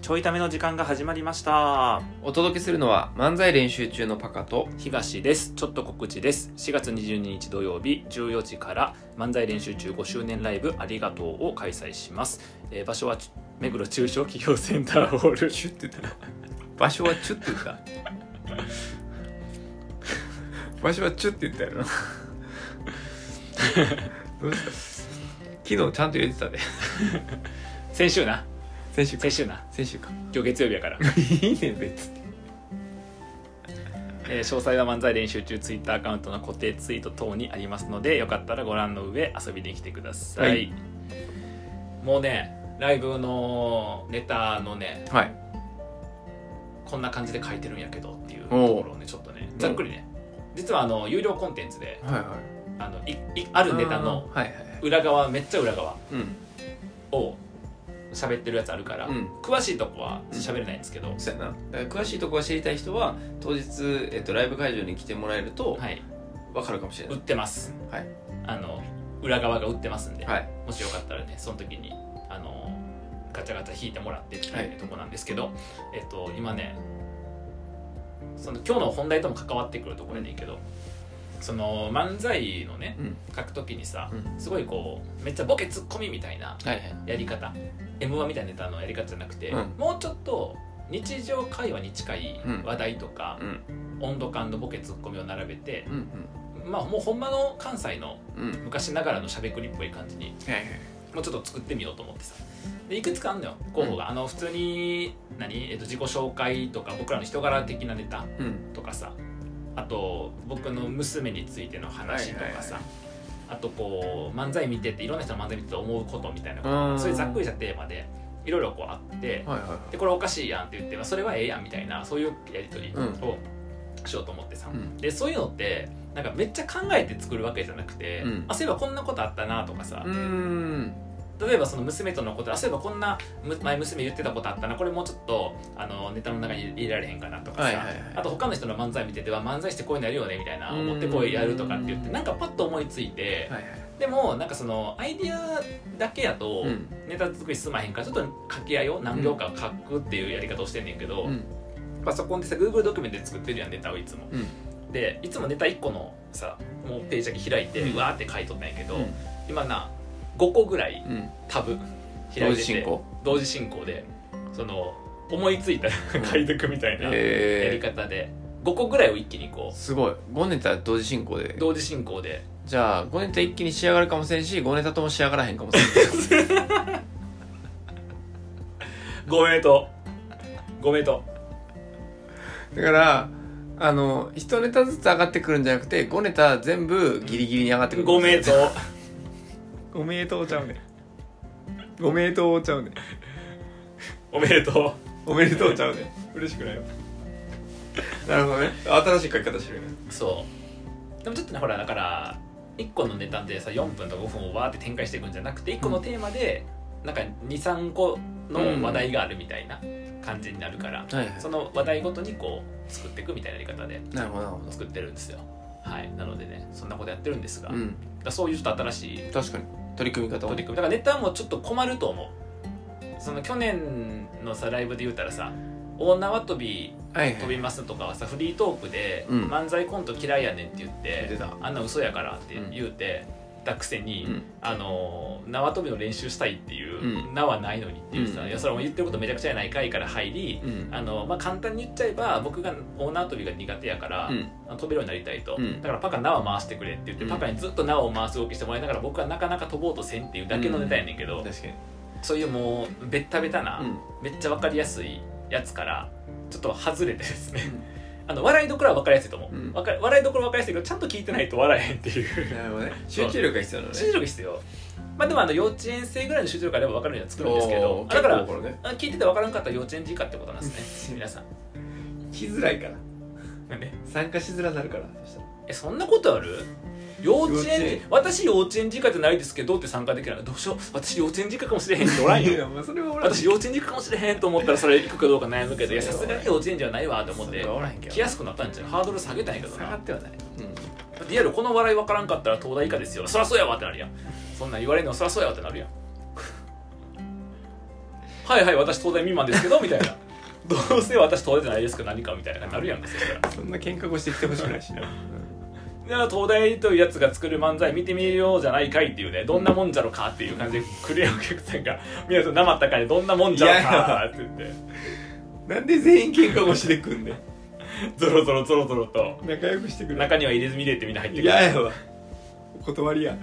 ちょいための時間が始まりました。お届けするのは漫才練習中のパカと東です。ちょっと告知です。4月22日土曜日14時から漫才練習中5周年ライブありがとうを開催します。えー場所はち目黒中小企業センターホール。チ ュッて言った場所はチュッて言った 場所はチュッて言ったよ などうした昨日ちゃんと入れてたで先週な。先週か先週な。先週か今日月曜日やから。いいね別にえー詳細は漫才練習中ツイッターアカウントの固定ツイート等にありますのでよかったらご覧の上遊びに来てください、はいもうねライブのネタのねはいこんな感じで書いてるんやけどっていうとおうころをねちょっとねざっくりね実はあの有料コンテンツではいはいあのいいあるネタのはいはいはい裏側めっちゃ裏側うんを喋ってるやつあるから、うん詳しいとこは喋れないんですけど、そうやなだから詳しいところが知りたい人は当日、えっと、ライブ会場に来てもらえるとはい分かるかもしれな売っいてます、はいあの裏側が売ってますんで、はいもしよかったらねその時にあのガチャガチャ引いてもらってっていうね、はいとこなんですけど、えっと、今ねその今日の本題とも関わってくるところやねんけど、その漫才のねうん書く時にさうんすごいこうめっちゃボケツッコミみたいなはいはいやり方 m 1みたいなネタのやり方じゃなくて、うんもうちょっと日常会話に近いうん話題とかう、ん温度感のボケツッコミを並べてう、んまあもうほんまの関西のうんうん昔ながらのしゃべくりっぽい感じにはいはいもうちょっと作ってみようと思ってさでいくつかあんのよ候補が、あの普通に何、えっと自己紹介とか僕らの人柄的なネタうんとかさあと僕の娘についての話とかさ、はいはいはいあとこう漫才見てていろんな人の漫才見てて思うことみたいなあーそういうざっくりしたテーマでいろいろこうあってはいはいはいでこれおかしいやんって言って、まあ、それはええやんみたいなそういうやり取りうんをしようと思ってさ、うんでそういうのってなんかめっちゃ考えて作るわけじゃなくて、うんあそういえばこんなことあったなとかさ、うーん例えばその娘とのことあそういえばこんなむ前娘言ってたことあったなこれもうちょっとあのネタの中に入れられへんかなとかさ、はいはいはいあと他の人の漫才見てては漫才してこういうのやるよねみたいなうん思ってこうやるとかって言ってなんかパッと思いついて、はいはいでもなんかそのアイディアだけやとうんネタ作り進まへんからちょっと掛け合いを何秒か書くっていうやり方をしてんねんけど、うんパソコンでさ Google ドキュメントで作ってるやんネタをいつも。うんでいつもネタ1個のさもうページだけ開いて、うんわーって書いとったんやけど、うん今な5個ぐらいうんタブ開同いて時進て行同時進行でその思いついた ら解読みたいなやりえ方で5個ぐらいを一気にこー、すごい5ネタ同時進行でう同時進行でじゃあ5ネタ一気に仕上がるかもしれんし5ネタとも仕上がらへん かもしれんご名答ご名答だからあの1ネタずつ上がってくるんじゃなくて5ネタ全部ギリギリに上がってくるご名答 ご名答ちゃうねご名答ちゃうねおめでとおめでとうちゃうねう嬉しくないよ なるほどね新しい書き方してるねそうでもちょっとねほらだから1個のネタでさ4分とか5分をわーって展開していくんじゃなくて1個のテーマでなんか23個の話題があるみたいな感じになるから、はいはその話題ごとにこう作っていくみたいなやり方でいなるほどなるほど作ってるんですよはいなのでねそんなことやってるんですが、うだかんらそういうちょっと新しい確かに取り組み方取り組みだからネタもちょっと困ると思うその去年のさライブで言うたらさ大縄跳びはい飛はいびますとかはさフリートークでうん漫才コント嫌いやねんって言って、出たあんな嘘やからって言うて、たくせに、うんあの縄跳びの練習したいっていう、う縄ないのにっていうさ、うんいやそれも言ってることめちゃくちゃやないかいから入り、うんあのまあ、簡単に言っちゃえば僕が大縄跳びが苦手やから、うん飛べるようになりたいと、うんだからパカ縄回してくれって言って、うんパカにずっと縄を回す動きしてもらいながら僕はなかなか飛ぼうとせんっていうだけのネタやねんけど、確かにそういうもうベッタベタな、うんめっちゃ分かりやすいやつからちょっと外れてですね、 あの笑いどころは分かりやすいと思う、うんわか笑いどころは分かりやすいけどちゃんと聞いてないと笑えへんって いうなるほどね 集中力が必要なのね集中力必要まあでもあの幼稚園生ぐらいの集中力あれば分かるようには作るんですけおどーあだから結構これねあ聞いてて分からんかったら幼稚園児以下ってことなんですね皆さん来づらいからなんで参加しづらになるからそしたらえそんなことある幼稚園幼稚児園私幼稚園児以下じゃないですけどって参加できないどうしよう私幼稚園児以下かもしれへんっておらんいよやまあそれはおらん私幼稚園児以下かもしれへんと思ったらそれ行くかどうか悩むけどいやさすがに幼稚園児はないわと思っそれてはおらへんけど来やすくなったんじゃんハードル下げたんやけど下がなってはないうんだっていわゆるこの笑い分からんかったら東大以下ですよそらそうやわってなるやんそんなん言われるのそらそうやわってなるやん「はいはい私東大未満ですけど」みたいな「どうせ私東大じゃないですけど何か」みたいななるやんかそしたら「そんな喧嘩越してきてほしくないし な、じゃあ東大というやつが作る漫才見てみようじゃないかい」っていうね「どんなもんじゃろか」っていう感じでクレアお客さんが「宮と生ったかいどんなもんじゃろか」って言ってなんで全員喧嘩越しでくんねんゾロゾロゾロゾロと仲良くしてくれ中には入れ墨入れってみんな入ってくる嫌やわお断りや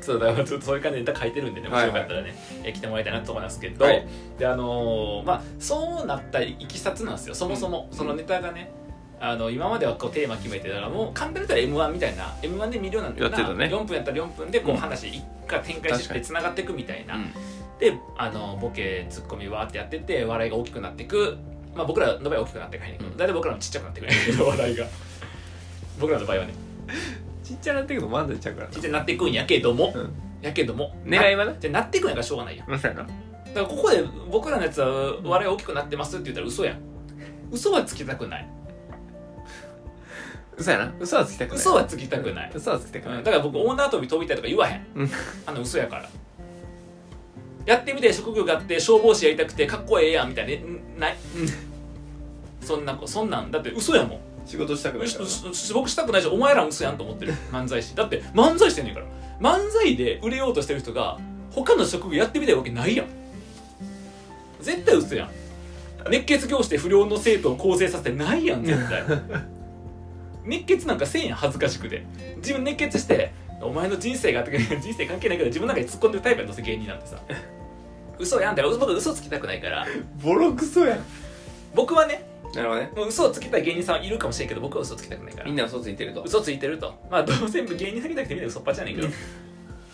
そうだからちょっとそういう感じでネタ書いてるんでねもしよかったらね、えー来てもらいたいなと思いますけど、はいであのーまあそうなったいきさつなんですよそもそも、うんそのネタがねあの今まではこうテーマ決めてたからもう簡単だったら m 1みたいな m 1で見るようになやってたね4分やったら4分でこううん話一回展開して確かにつながっていくみたいな、うんであのボケツッコミわーってやってって笑いが大きくなっていく、まあ、僕らの場合は大きくなっていかへんねんけうどん大体、僕らのちっちゃくなってくるんやけど笑いが僕らの場合はねちっちゃなってけど漫才ちゃうからちっちゃくなっていくんやけども、うんやけども狙いはなじゃなっていくんやからしょうがないやんまさやなだからここで僕らのやつは笑い大きくなってますって言ったら嘘やん嘘はつきたくない嘘やな嘘はつきたくない嘘はつきたくない、嘘はつきたくなうんいだから僕オーナー飛び飛びたいとか言わへんうんあの嘘やからやってみて職業があって消防士やりたくてかっこええやんみたいなねんないそんなこそんなんだって嘘やもん仕事したくうないしからうし僕したくないしお前らも嘘やんと思ってる漫才師だって漫才師してんねんから漫才で売れようとしてる人が他の職業やってみたいわけないやん絶対嘘やん熱血教師で不良の生徒を更生させてないやん絶対熱血なんかせんやん恥ずかしくて自分熱血してお前の人生があって人生関係ないけど自分の中に突っ込んでるタイプやんどうせ芸人なんてさ嘘やんだから僕嘘つきたくないからボロクソやん僕はねなるほどねもう嘘をつきたい芸人さんはいるかもしれんけど僕は嘘つきたくないからみんな嘘ついてると嘘ついてるとまあどうせ芸人だけなくてみんな嘘っぱちやねんけど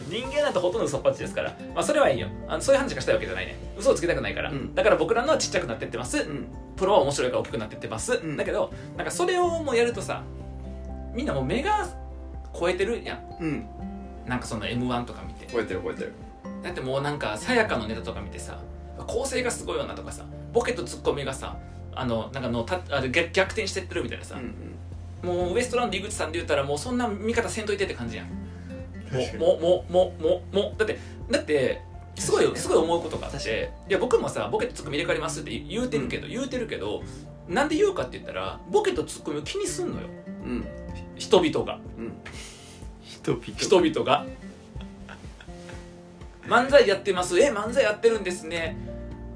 人間なんてほとんど嘘っぱちですからまあそれはいいよあのそういう話がしたいわけじゃないね嘘をつきたくないから、うんだから僕らのはちっちゃくなってってます、うんプロは面白いから大きくなってってます、んだけどなんかそれをもうやるとさみんなもう目が超えてるやんうんなんかその m 1とか見て超えてる超えてるだってもうなんかさやかのネタとか見てさ構成がすごいよなとかさボケとツッコミがさあのなんかのたあれ逆逆転してってるみたいなさ、んもうウエストランド井口さんで言ったらもうそんな見方せんといてって感じやん確かにもうもうもうもうもうだってだってすご確かいにすごい思うことがあっ確かていや僕もさボケとツッコミ入れ替わりますって言うてるけど、言うてるけどなんで言うかって言ったらボケとツッコミを気にすんのようん人々がうん人々人々 が漫才やってますえ漫才やってるんですね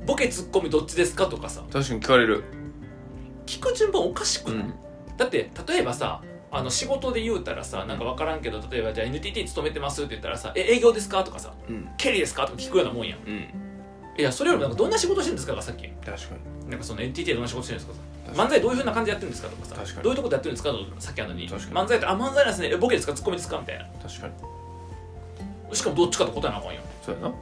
ボケツッコミどっちですかとかさ確かに聞かれる聞く順番おかしくうない、んだって例えばさあの仕事で言うたらさなんか分からんけど例えばじゃあ NTT 勤めてますって言ったらさ「え営業ですか?」とかさうん「経理ですか?」とか聞くようなもんやんうんいやそれよりもなんかどんな仕事してるんですかがさっき確かなんかその NTT でどんな仕事してるんですかと確かか漫才どういうふうな感じでやってるんですかとかさ確かにどういうとこでやってるんですかとかさっきあのに確かに漫才ってあ漫才なんですねえボケですかツッコミですかみたいなに確かにしかもどっちかと答えなあかんやんいそうやなや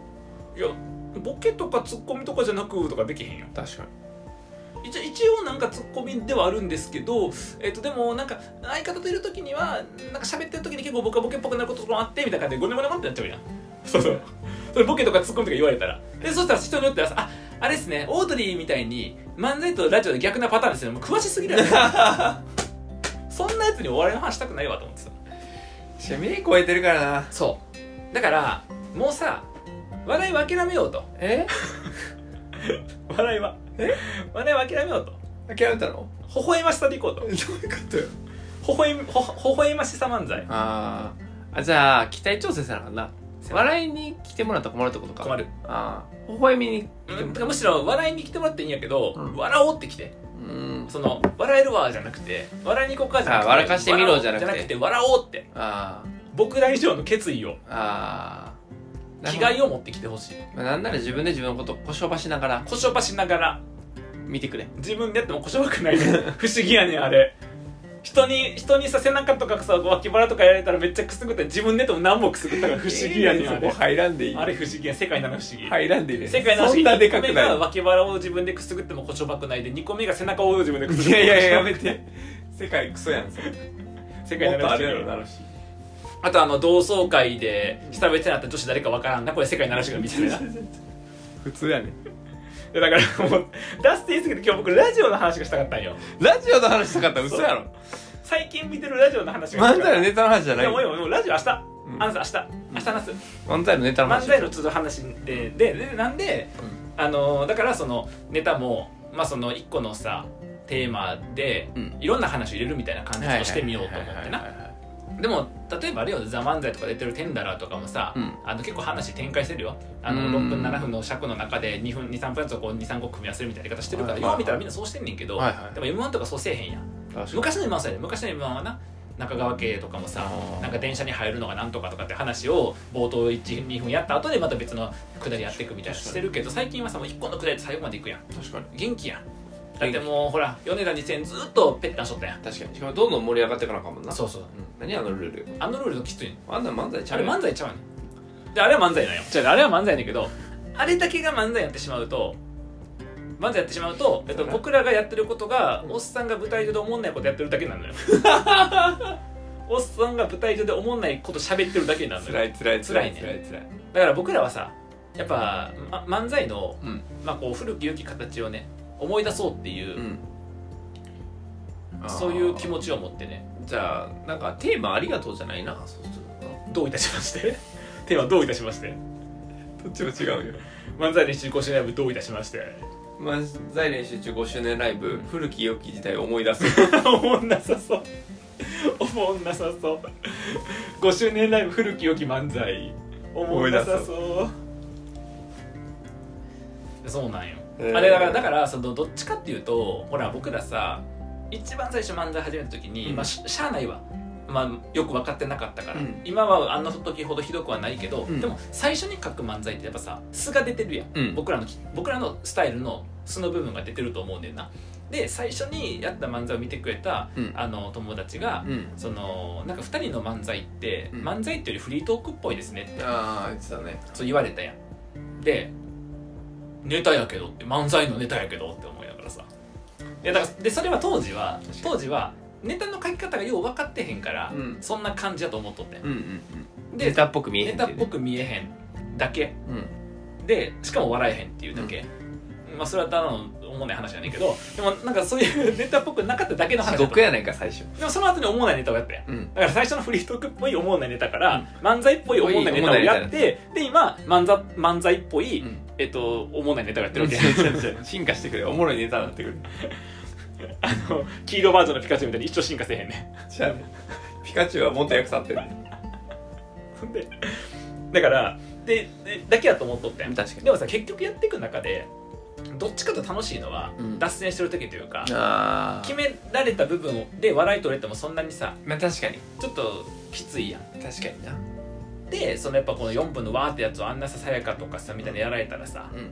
ボケとかツッコミとかじゃなくとかできへんやん確かに一応一応なんかツッコミではあるんですけど、えっとでもなんか相方といる時にはなんか喋ってる時に結構ボカボケっぽくなることもあってみたいな感じでゴニョゴニョゴニョってなっちゃうやんそうそうそれボケとかツッコミとか言われたらでそしたら人によってはさああれですねオードリーみたいに漫才とラジオで逆なパターンですよもう詳しす ぎるやんそんなやつにお笑いの話したくないわと思ってさシミ超えてるからなそうだからもうさ笑いは諦めようとえ笑いはえ笑いは諦めようと諦めたの微笑ましさでいこうとどういうことよ微笑みほほ微笑ましさ漫才あーあじゃあ期待調整せなあかんな笑いに来てもらったら困るってことか困るああ微笑みに来てうんもてかむしろ笑いに来てもらっていいんやけど、うん笑おうって来てうんその笑えるわじゃなくて笑いに行こうかじゃなくてあ笑かしてみろじゃなく笑ておう笑おうってあ僕ら以上の決意をあああ気概を持ってきてほしいまあ、なんなら自分で自分のことをこしょばしながらこしょばしながら見てくれ自分でやってもこしょばくないね 不思議やねんあれ人に人にさ背中とかさ脇腹とかやられたらめっちゃくすぐって自分でやっても何もくすぐったから不思議やねんあれ入らんでいあれ不思議や世界なの不思議入らんでいいね世界のそんなでかく1個目ながい脇腹を自分でくすぐってもこしょばくないで2個目が背中を自分でくすぐっいてもやいやいややこしょばくなめて世界クソやんそれ世界のもっとあるや不思ろ議なるしあとあの同窓会で久々に会った女子誰かわからんなこれ世界ならしがみたいな普通やねで だからもうダスティーすぎて今日僕ラジオの話がしたかったんよラジオの話したかったら嘘やろ最近見てるラジオの話が漫したかった才のネタの話じゃないいやもういいよもうラジオ明日、うんアンサー明日、明日話す漫才のネタの漫話才の続話でででなんであのだからそのネタもまあその一個のさテーマでうんいろんな話を入れるみたいな感じをしてみようと思ってななでも例えばあれよ「ザ漫才とか出てるテンダラーとかもさ、うんあの結構話展開してるよあのう6ん分7分の尺の中で2分23分やつをこう23個組み合わせるみたいなやり方してるから、はいはいよはいう見たらみんなそうしてんねんけど、はいはいでも m 1とかそうせえへんやん確かに昔の m 1はそうやで昔の m 1はな中川家とかもさあーなんか電車に入るのがなんとかとかって話を冒頭12分やった後でまた別のくだりやっていくみたいなのしてるけど最近はさもう1個のくだりで最後までいくやん確かに元気やんだってもうほら米田2000ずっとペッタンしとったやん確かにしかもどんどん盛り上がっていかなあかんもんなそうそううん何あのルールあのルールきついねんあんな漫才ちゃあうれやん漫才ちゃうねんであれは漫才なんよじゃああれは漫才なんやけどあれだけが漫才やってしまうと漫才やってしまうと、えっと、僕らがやってることがおっさんが舞台上でおもんないことやってるだけな のよおっさんが舞台上でおもんないこと喋ってるだけになるのよ辛い辛い辛辛いいね辛い辛いだから僕らはさやっぱ、ま漫才の、うんまあ、こう古き良き形をね思い出そうっていうう、んあーそういう気持ちを持ってねじゃあなんかテーマありがとうじゃないなそうするどういたしまして テーマどういたしましてとどっちも違うよ漫才練習講師ライブどういたしまして漫才練習中5周年ライブ古き良き時代を思い出すおもんなさそうおもんなさそう5周年ライブ古き良き漫才おもんなさそうそうなんよ、えーあれだからだからそのどっちかっていうとほら僕らさ一番最初漫才始めた時に、うんまあししゃあないわまあ、よく分かってなかったから、うん今はあの時ほどひどくはないけど、うんでも最初に書く漫才ってやっぱさ素が出てるやん うん僕らの僕らのスタイルの素の部分が出てると思うねんなで最初にやった漫才を見てくれた、うんあの友達が、うんそのなんか2人の漫才って、うん漫才ってよりフリートークっぽいですねってああ言ってたねそう言われたやんでネタやけどって漫才のネタやけどって思いながらさいやだからでそれは当時は確かに当時はネタの書き方がよう分かってへんから、うんそんな感じやと思っとってんうんうんうんでっぽく見ネタっぽく見えへんだけうんでしかも笑えへんっていうだけ、まあそれはただの思わない話じゃないけどでもなんかそういうネタっぽくなかっただけの話だっ地た獄やないか最初でもその後に思わないネタをやったやんうんだから最初のフリートークっぽい思わないネタから、漫才っぽい思わないネタをやってで今漫才漫才っぽい、えっと思わないネタをやってるわけ進化してくれおもろいネタになってくるあの 黄色バージョンのピカチュウみたいに一生進化せえへんねじゃあねピカチュウはもっと役立ってるんでだからででだけやと思っとったやん確かにでもさ結局やっていく中でどっちかと楽しいのは、うん脱線してる時というかあ決められた部分で笑い取れてもそんなにさまあ確かにちょっときついやん確かになでそのやっぱこの4分のわーってやつをあんなささやかとかさみたいなやられたらさうん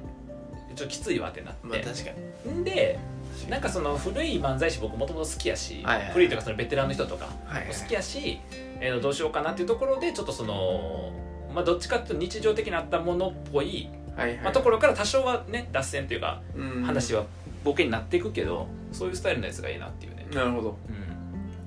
ちょっときついわってなって、まあ確かにんで確なんかその古い漫才師僕もともと好きやし、はいはいはい古いというかそのベテランの人とかもはいはい好きやし、えーどうしようかなっていうところでちょっとその、まあ、どっちかっていうと日常的にあったものっぽい、はいまあ、ところから多少はね脱線というかうん話はボケになっていくけどそういうスタイルのやつがいいなっていうね、なるほど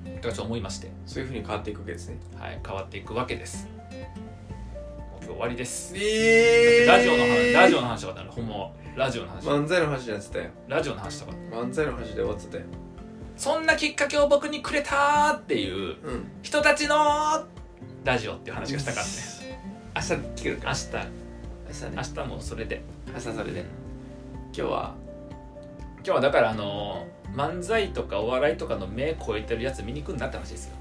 うん、だからちょっと思いまして。そういうふうに変わっていくわけですねはい、変わっていくわけです。もう今日終わりです。えラジオの話、ラジオの話とかだから、ほんまはラジオの話、漫才の話になってたよラジオの話とか。漫才の話で終わってたよそんなきっかけを僕にくれたーっていううん人たちのラジオっていう話がしたからね。明日聞けるか明日、明日ね明日もそれで。明日それで今日は今日はだから、あのー漫才とかお笑いとかの目超えてるやつ見に行くんなって話 ですよ。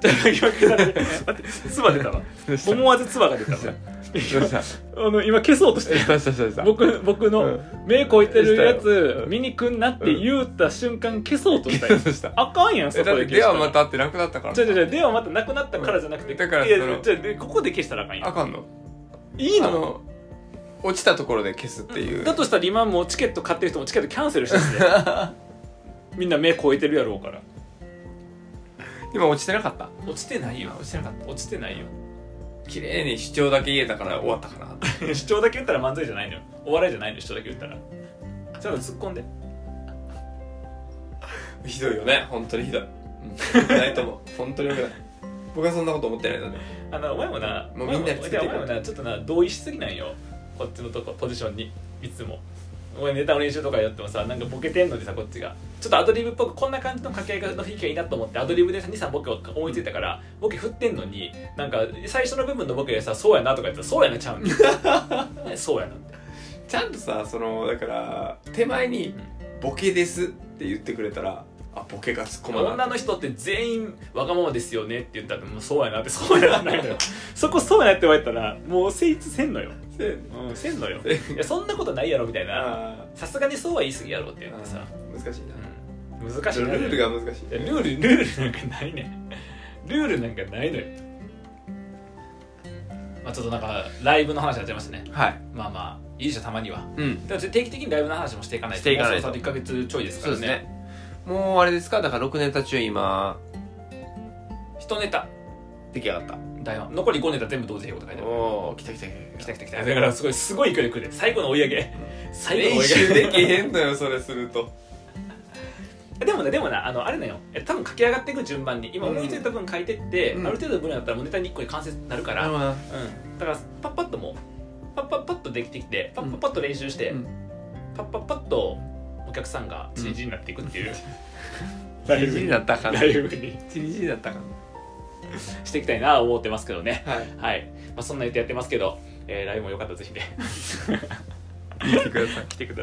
今待って、唾出た わ。どう思わず唾が出たわ。した あの今消そうとしてどうしたどうした僕僕の、うん目こいてるやつうん見に来んなって言った瞬間消そうとしたよ、どうしたあかんやんそえこでだっ消してでたはらまた会ってなくなったからじゃじゃじゃではまたなくなったからじゃなくて、うんだからいやそのじゃでここで消したらあかんやあんかんのいいあのの落ちたところで消すっていうだとしたら今もうチケット買ってる人もチケットキャンセルしてて みんな目こいてるやろうから今落ちてなかった落ちてないよ落ちてなかっ落ちてないよ 綺麗に主張だけ言えたから終わったかな主張だけ言ったら漫才じゃないのよお笑いじゃないのよ主張だけ言ったらちょっと突っ込んでひどいよね本当にひどい、うん、ないと思う本当によくない僕はそんなこと思ってないのであのお前もなもうみんなお前もついてるお前もなちょっとな同意しすぎなんよこっちのとこポジションにいつもお前ネタの練習とかやってもさなんかボケてんのにさこっちがちょっとアドリブっぽくこんな感じの掛け合いの雰囲気がいいなと思ってアドリブでさ23ボケを思いついたからボケ振ってんのになんか最初の部分のボケでさ「そうやな」とか言ってたら「そうやな」ちゃうんだよ ねそうやなってちゃんとさそのだから手前に「ボケです」って言ってくれたらあボケが突っ込まな女いの人って全員わがままですよねって言ったらもうそうやなってそうやなってなるのよそこそうやなって言われたらもう成立せんのよでうんせんの よでいやそんなことないやろみたいなあさすがにそうは言い過ぎやろって言ってさあ、難しいな、うん、難しいなルールが難しいいやルールルールなんかないねルールなんかないのよまあちょっとなんかライブの話になっちゃいましたねはいまあまあいいじゃんたまにはうんでもちょっと定期的にライブの話もしていかないとしていかないともうそろそろ1ヶ月ちょいですかそうらでねすねもうあれですかだから6ネタ中今一ネタ出来上がった台本残り5ネタ全部同時並行って書いてあるおお来た来た来た来た来た来ただからすごいすごい勢いで来るね最後の追い上げ最後の追い練上習げできへんのよそれする とでもねでもなあのあれなよえ多分書き上がっていく順番に今思いついた分書いてって、うんある程度の分だったらもうネタに1個に完成になるから、まあうん、だからパッパッともうパッパッパッとできてきてパッパッパッと練習して、うんパッパッパッとお客さんが CG になっていくって いう、ライブ CG にになったらあかんなライブに CG になったらあしていきたいなと思ってますけどねかんはいはい、まあ、そんな予定やってますけど、えーライブもよかったらぜ ひね見てください来てく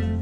ださい